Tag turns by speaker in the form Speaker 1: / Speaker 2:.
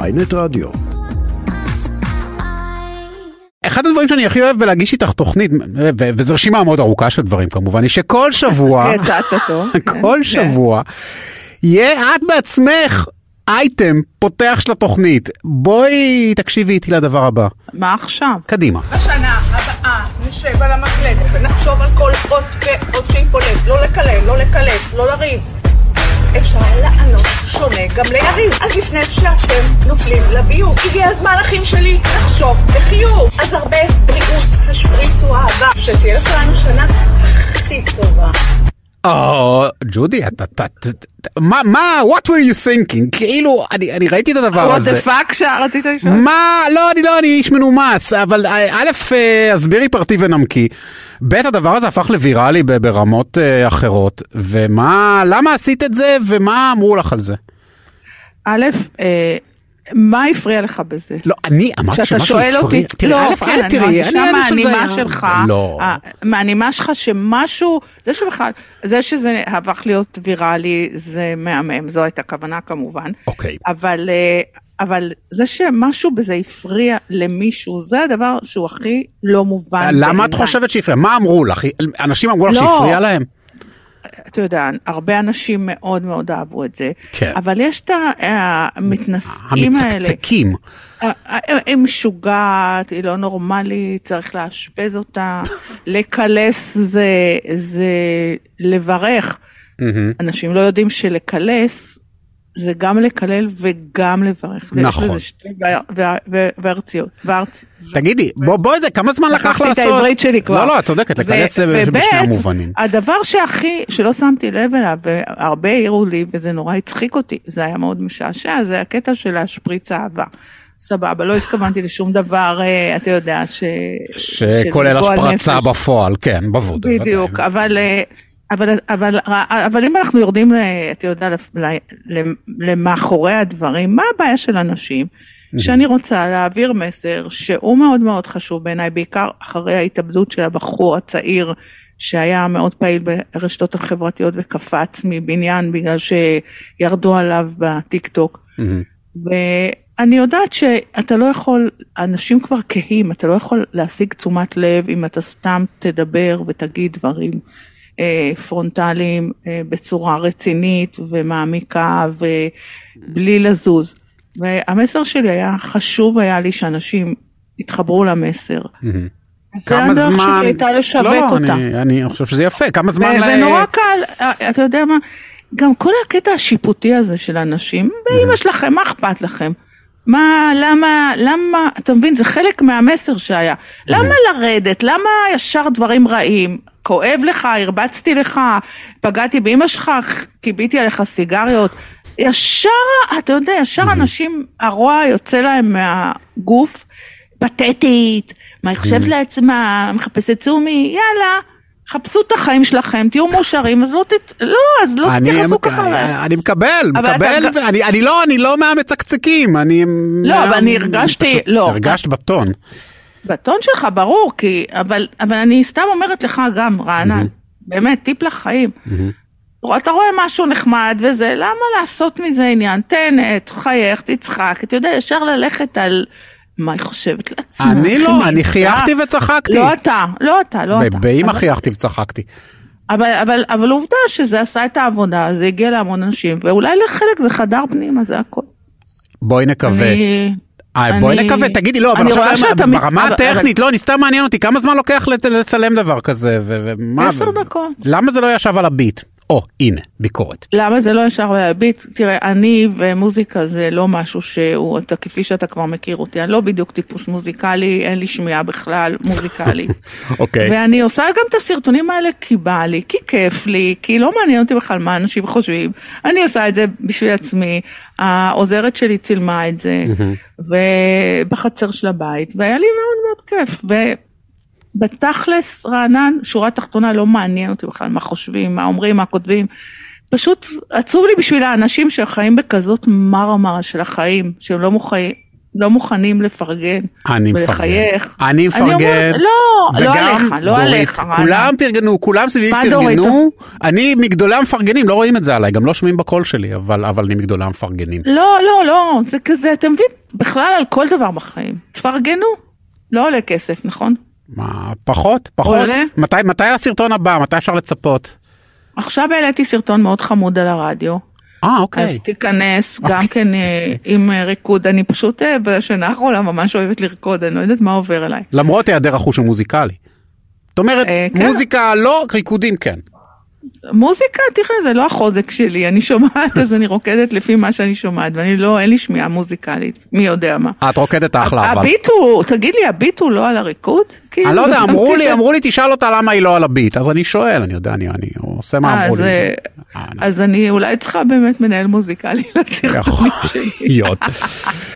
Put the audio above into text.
Speaker 1: ויינט רדיו.
Speaker 2: אחד הדברים שאני הכי אוהב בלהגיש איתך תוכנית, ו- ו- וזו רשימה מאוד ארוכה של דברים כמובן, היא שכל שבוע,
Speaker 3: כן,
Speaker 4: יצאת אותו.
Speaker 2: כל שבוע, יהיה את בעצמך אייטם פותח של התוכנית. בואי תקשיבי איתי לדבר הבא.
Speaker 4: מה עכשיו?
Speaker 2: קדימה.
Speaker 3: בשנה הבאה נשב על המקלדת ונחשוב על כל אות כאות שייפולט, לא לקלל, לא לקלף, לא לריב. אפשר לענות שונה גם ליריב. אז לפני שאתם נופלים לביוב, הגיע הזמן, אחים שלי, לחשוב בחיוב. אז הרבה בריאות, השפריצו אהבה, שתהיה לכולנו שנה הכי טובה.
Speaker 2: או, ג'ודי, אתה, אתה, אתה- אתה- מה, מה, what were you thinking? כאילו, אני, אני ראיתי את הדבר
Speaker 4: וואט
Speaker 2: הזה.
Speaker 4: דה פאק שרצית לשאול?
Speaker 2: מה? לא, אני לא, אני איש מנומס, אבל אה, א', אה, הסבירי פרטי ונמקי, ב', הדבר הזה הפך לוויראלי ב- ברמות אה, אחרות, ומה, למה עשית את זה, ומה אמרו לך על זה?
Speaker 4: א', אה, מה הפריע לך בזה?
Speaker 2: לא, אני אמרתי
Speaker 4: כשאתה
Speaker 2: שמשהו
Speaker 4: שואל אותי, לא,
Speaker 2: הפריע- תראי, א', א', תראי,
Speaker 4: כן, אני מרגישה
Speaker 2: אנשים
Speaker 4: מהנימה
Speaker 2: זה-
Speaker 4: שלך,
Speaker 2: לא.
Speaker 4: אה, מהנימה שלך שמשהו, זה שבכלל, זה שזה הפך להיות ויראלי, זה מהמם, זו הייתה הכוונה כמובן,
Speaker 2: אוקיי.
Speaker 4: אבל, אה, אבל זה שמשהו בזה הפריע למישהו, זה הדבר שהוא הכי לא מובן.
Speaker 2: למה את
Speaker 4: בעיניי.
Speaker 2: חושבת שהפריע? מה אמרו לך? אנשים אמרו לך
Speaker 4: לא.
Speaker 2: שהפריע להם?
Speaker 4: אתה יודע, הרבה אנשים מאוד מאוד אהבו את זה,
Speaker 2: כן.
Speaker 4: אבל יש את אה, המתנשאים האלה.
Speaker 2: המצקצקים.
Speaker 4: אה, אה, היא משוגעת, היא לא נורמלית, צריך לאשפז אותה, לקלס זה, זה לברך.
Speaker 2: מהמם.
Speaker 4: אנשים לא יודעים שלקלס זה גם לקלל וגם לברך.
Speaker 2: נכון.
Speaker 4: יש לזה שתי ו- ו- ו- ורציות. ורצ...
Speaker 2: תגידי, בוא, בואי זה, כמה זמן לקח
Speaker 4: שכחתי
Speaker 2: לעשות?
Speaker 4: את העברית שלי כבר.
Speaker 2: לא, לא, את צודקת, לקלס
Speaker 4: ו-
Speaker 2: זה בשני
Speaker 4: וב',
Speaker 2: המובנים.
Speaker 4: הדבר שהכי, שלא שמתי לב אליו, והרבה העירו לי, וזה נורא הצחיק אותי, זה היה מאוד משעשע, זה הקטע של להשפריץ אהבה. סבבה, לא התכוונתי לשום דבר, אה, אתה יודע, ש... של
Speaker 2: שכולל
Speaker 4: גועל
Speaker 2: השפרצה
Speaker 4: נפש.
Speaker 2: בפועל, כן, בוודאי.
Speaker 4: בדיוק, אבל, אה, אבל, אבל, אה, אבל אם אנחנו יורדים, ל- אתה יודע, לפ- ל- למ- למאחורי הדברים, מה הבעיה של אנשים? שאני רוצה להעביר מסר שהוא מאוד מאוד חשוב בעיניי, בעיקר אחרי ההתאבדות של הבחור הצעיר שהיה מאוד פעיל ברשתות החברתיות וקפץ מבניין בגלל שירדו עליו בטיק טוק.
Speaker 2: מהמם.
Speaker 4: ואני יודעת שאתה לא יכול, אנשים כבר קהים, אתה לא יכול להשיג תשומת לב אם אתה סתם תדבר ותגיד דברים אה, פרונטליים אה, בצורה רצינית ומעמיקה ובלי לזוז. והמסר שלי היה, חשוב היה לי שאנשים יתחברו למסר.
Speaker 2: מהמם.
Speaker 4: זה הדרך שלי הייתה לשווק
Speaker 2: לא,
Speaker 4: אותה.
Speaker 2: אני, אני חושב שזה יפה, כמה
Speaker 4: ו-
Speaker 2: זמן... ל-
Speaker 4: ונורא קל, אה, אתה יודע מה, גם כל הקטע השיפוטי הזה של אנשים, באמא שלכם, מה אכפת לכם? מה, למה, למה, אתה מבין, זה חלק מהמסר שהיה. למה לרדת? למה ישר דברים רעים? כואב לך, הרבצתי לך, פגעתי באמא שלך, כיביתי עליך סיגריות. ישר, אתה יודע, ישר אנשים, הרוע יוצא להם מהגוף, פתטית, מה היא חושבת לעצמה, מחפשת צומי, יאללה, חפשו את החיים שלכם, תהיו מאושרים, אז לא תת... לא, אז לא
Speaker 2: אני-
Speaker 4: תתייחסו
Speaker 2: אני-
Speaker 4: ככה. ל-
Speaker 2: אני מקבל,
Speaker 4: אבל אתה
Speaker 2: מקבל,
Speaker 4: גם-
Speaker 2: ואני- אני לא, אני לא מהמצקצקים, אני...
Speaker 4: לא,
Speaker 2: מה-
Speaker 4: אבל אני הרגשתי-
Speaker 2: פשוט
Speaker 4: לא.
Speaker 2: הרגשת בטון.
Speaker 4: בטון שלך ברור, כי... אבל, אבל אני סתם אומרת לך גם, רענן, באמת, טיפ לחיים. אתה רואה משהו נחמד וזה, למה לעשות מזה עניין? תהנה, תחייך, תצחק, אתה יודע, ישר ללכת על מה היא חושבת לעצמה.
Speaker 2: אני לא,
Speaker 4: אחי,
Speaker 2: אני
Speaker 4: אתה-
Speaker 2: חייכתי וצחקתי.
Speaker 4: לא אתה, לא אתה, לא אתה.
Speaker 2: באמא
Speaker 4: אבל-
Speaker 2: חייכתי וצחקתי.
Speaker 4: אבל, אבל, אבל עובדה שזה עשה את העבודה, זה הגיע להמון אנשים, ואולי לחלק זה חדר פנימה, זה הכל.
Speaker 2: בואי נקווה.
Speaker 4: אני...
Speaker 2: אה, בואי
Speaker 4: אני-
Speaker 2: נקווה, תגידי, לא, אבל
Speaker 4: אני רואה
Speaker 2: עכשיו
Speaker 4: שאתה מת-
Speaker 2: ברמה
Speaker 4: אבל-
Speaker 2: הטכנית, לא, אני סתם מעניין אותי, כמה זמן לוקח לת- לצלם דבר כזה, ו- ומה...
Speaker 4: עשר
Speaker 2: ו-
Speaker 4: דקות.
Speaker 2: למה זה לא ישב על הביט? או, הנה, ביקורת.
Speaker 4: למה זה לא ישר ולהביט? תראה, אני ומוזיקה זה לא משהו שהוא, אתה, כפי שאתה כבר מכיר אותי, אני לא בדיוק טיפוס מוזיקלי, אין לי שמיעה בכלל מוזיקלית.
Speaker 2: אוקיי.
Speaker 4: ואני עושה גם את הסרטונים האלה כי בא לי, כי כיף לי, כי לא מעניין אותי בכלל מה אנשים חושבים. אני עושה את זה בשביל עצמי, העוזרת שלי צילמה את זה, ובחצר של הבית, והיה לי מאוד מאוד כיף. ובתכלס, רענן, שורה תחתונה, לא מעניין אותי בכלל מה חושבים, מה אומרים, מה כותבים. פשוט עצוב לי בשביל האנשים שחיים בכזאת מרמרה של החיים, שהם לא מוכנים, לא מוכנים לפרגן
Speaker 2: אני מפרגן.
Speaker 4: ולחייך.
Speaker 2: אני מפרגן.
Speaker 4: אומרת, לא, לא
Speaker 2: וגם
Speaker 4: עליך, לא
Speaker 2: דורית,
Speaker 4: עליך, רענן.
Speaker 2: כולם פרגנו, כולם סביבי
Speaker 4: מה
Speaker 2: פרגנו. אני מגדולה מפרגנים, לא רואים את זה עליי, גם לא שומעים בקול שלי, אבל אבל אני מגדולה מפרגנים.
Speaker 4: לא, לא, לא, זה כזה, אתה מבין? בכלל על כל דבר בחיים. תפרגנו. לא עולה כסף, נכון?
Speaker 2: מה, פחות, פחות.
Speaker 4: עולה?
Speaker 2: מתי מתי הסרטון הבא? מתי אפשר לצפות?
Speaker 4: עכשיו העליתי סרטון מאוד חמוד על הרדיו.
Speaker 2: אה,
Speaker 4: אז
Speaker 2: אוקיי.
Speaker 4: תיכנס גם כן אה, עם אה, ריקוד. אני פשוט אה, בשנה האחרונה ממש אוהבת לרקוד, אני לא יודעת מה עובר עליי.
Speaker 2: למרות היעדר החוש המוזיקלי. זאת אומרת,
Speaker 4: אה, כן.
Speaker 2: מוזיקה לא, ריקודים כן.
Speaker 4: מוזיקה, תראה, זה לא החוזק שלי, אני שומעת אז אני רוקדת לפי מה שאני שומעת, ואני לא, אין לי שמיעה מוזיקלית, מי יודע מה.
Speaker 2: את רוקדת אחלה, אבל.
Speaker 4: הביט הוא, תגיד לי, הביט הוא לא על הריקוד?
Speaker 2: אני
Speaker 4: כאילו,
Speaker 2: לא יודע,
Speaker 4: שמתי
Speaker 2: אמרו לי,
Speaker 4: לב.
Speaker 2: אמרו לי, תשאל אותה למה היא לא על הביט, אז אני שואל, אני יודע, אני אני עושה מה
Speaker 4: אה,
Speaker 2: אמרו
Speaker 4: אז,
Speaker 2: לי.
Speaker 4: אה,
Speaker 2: אה, אני-
Speaker 4: אז אני אולי צריכה באמת מנהל מוזיקלי לסרטונים
Speaker 2: יכול
Speaker 4: שלי.
Speaker 2: להיות.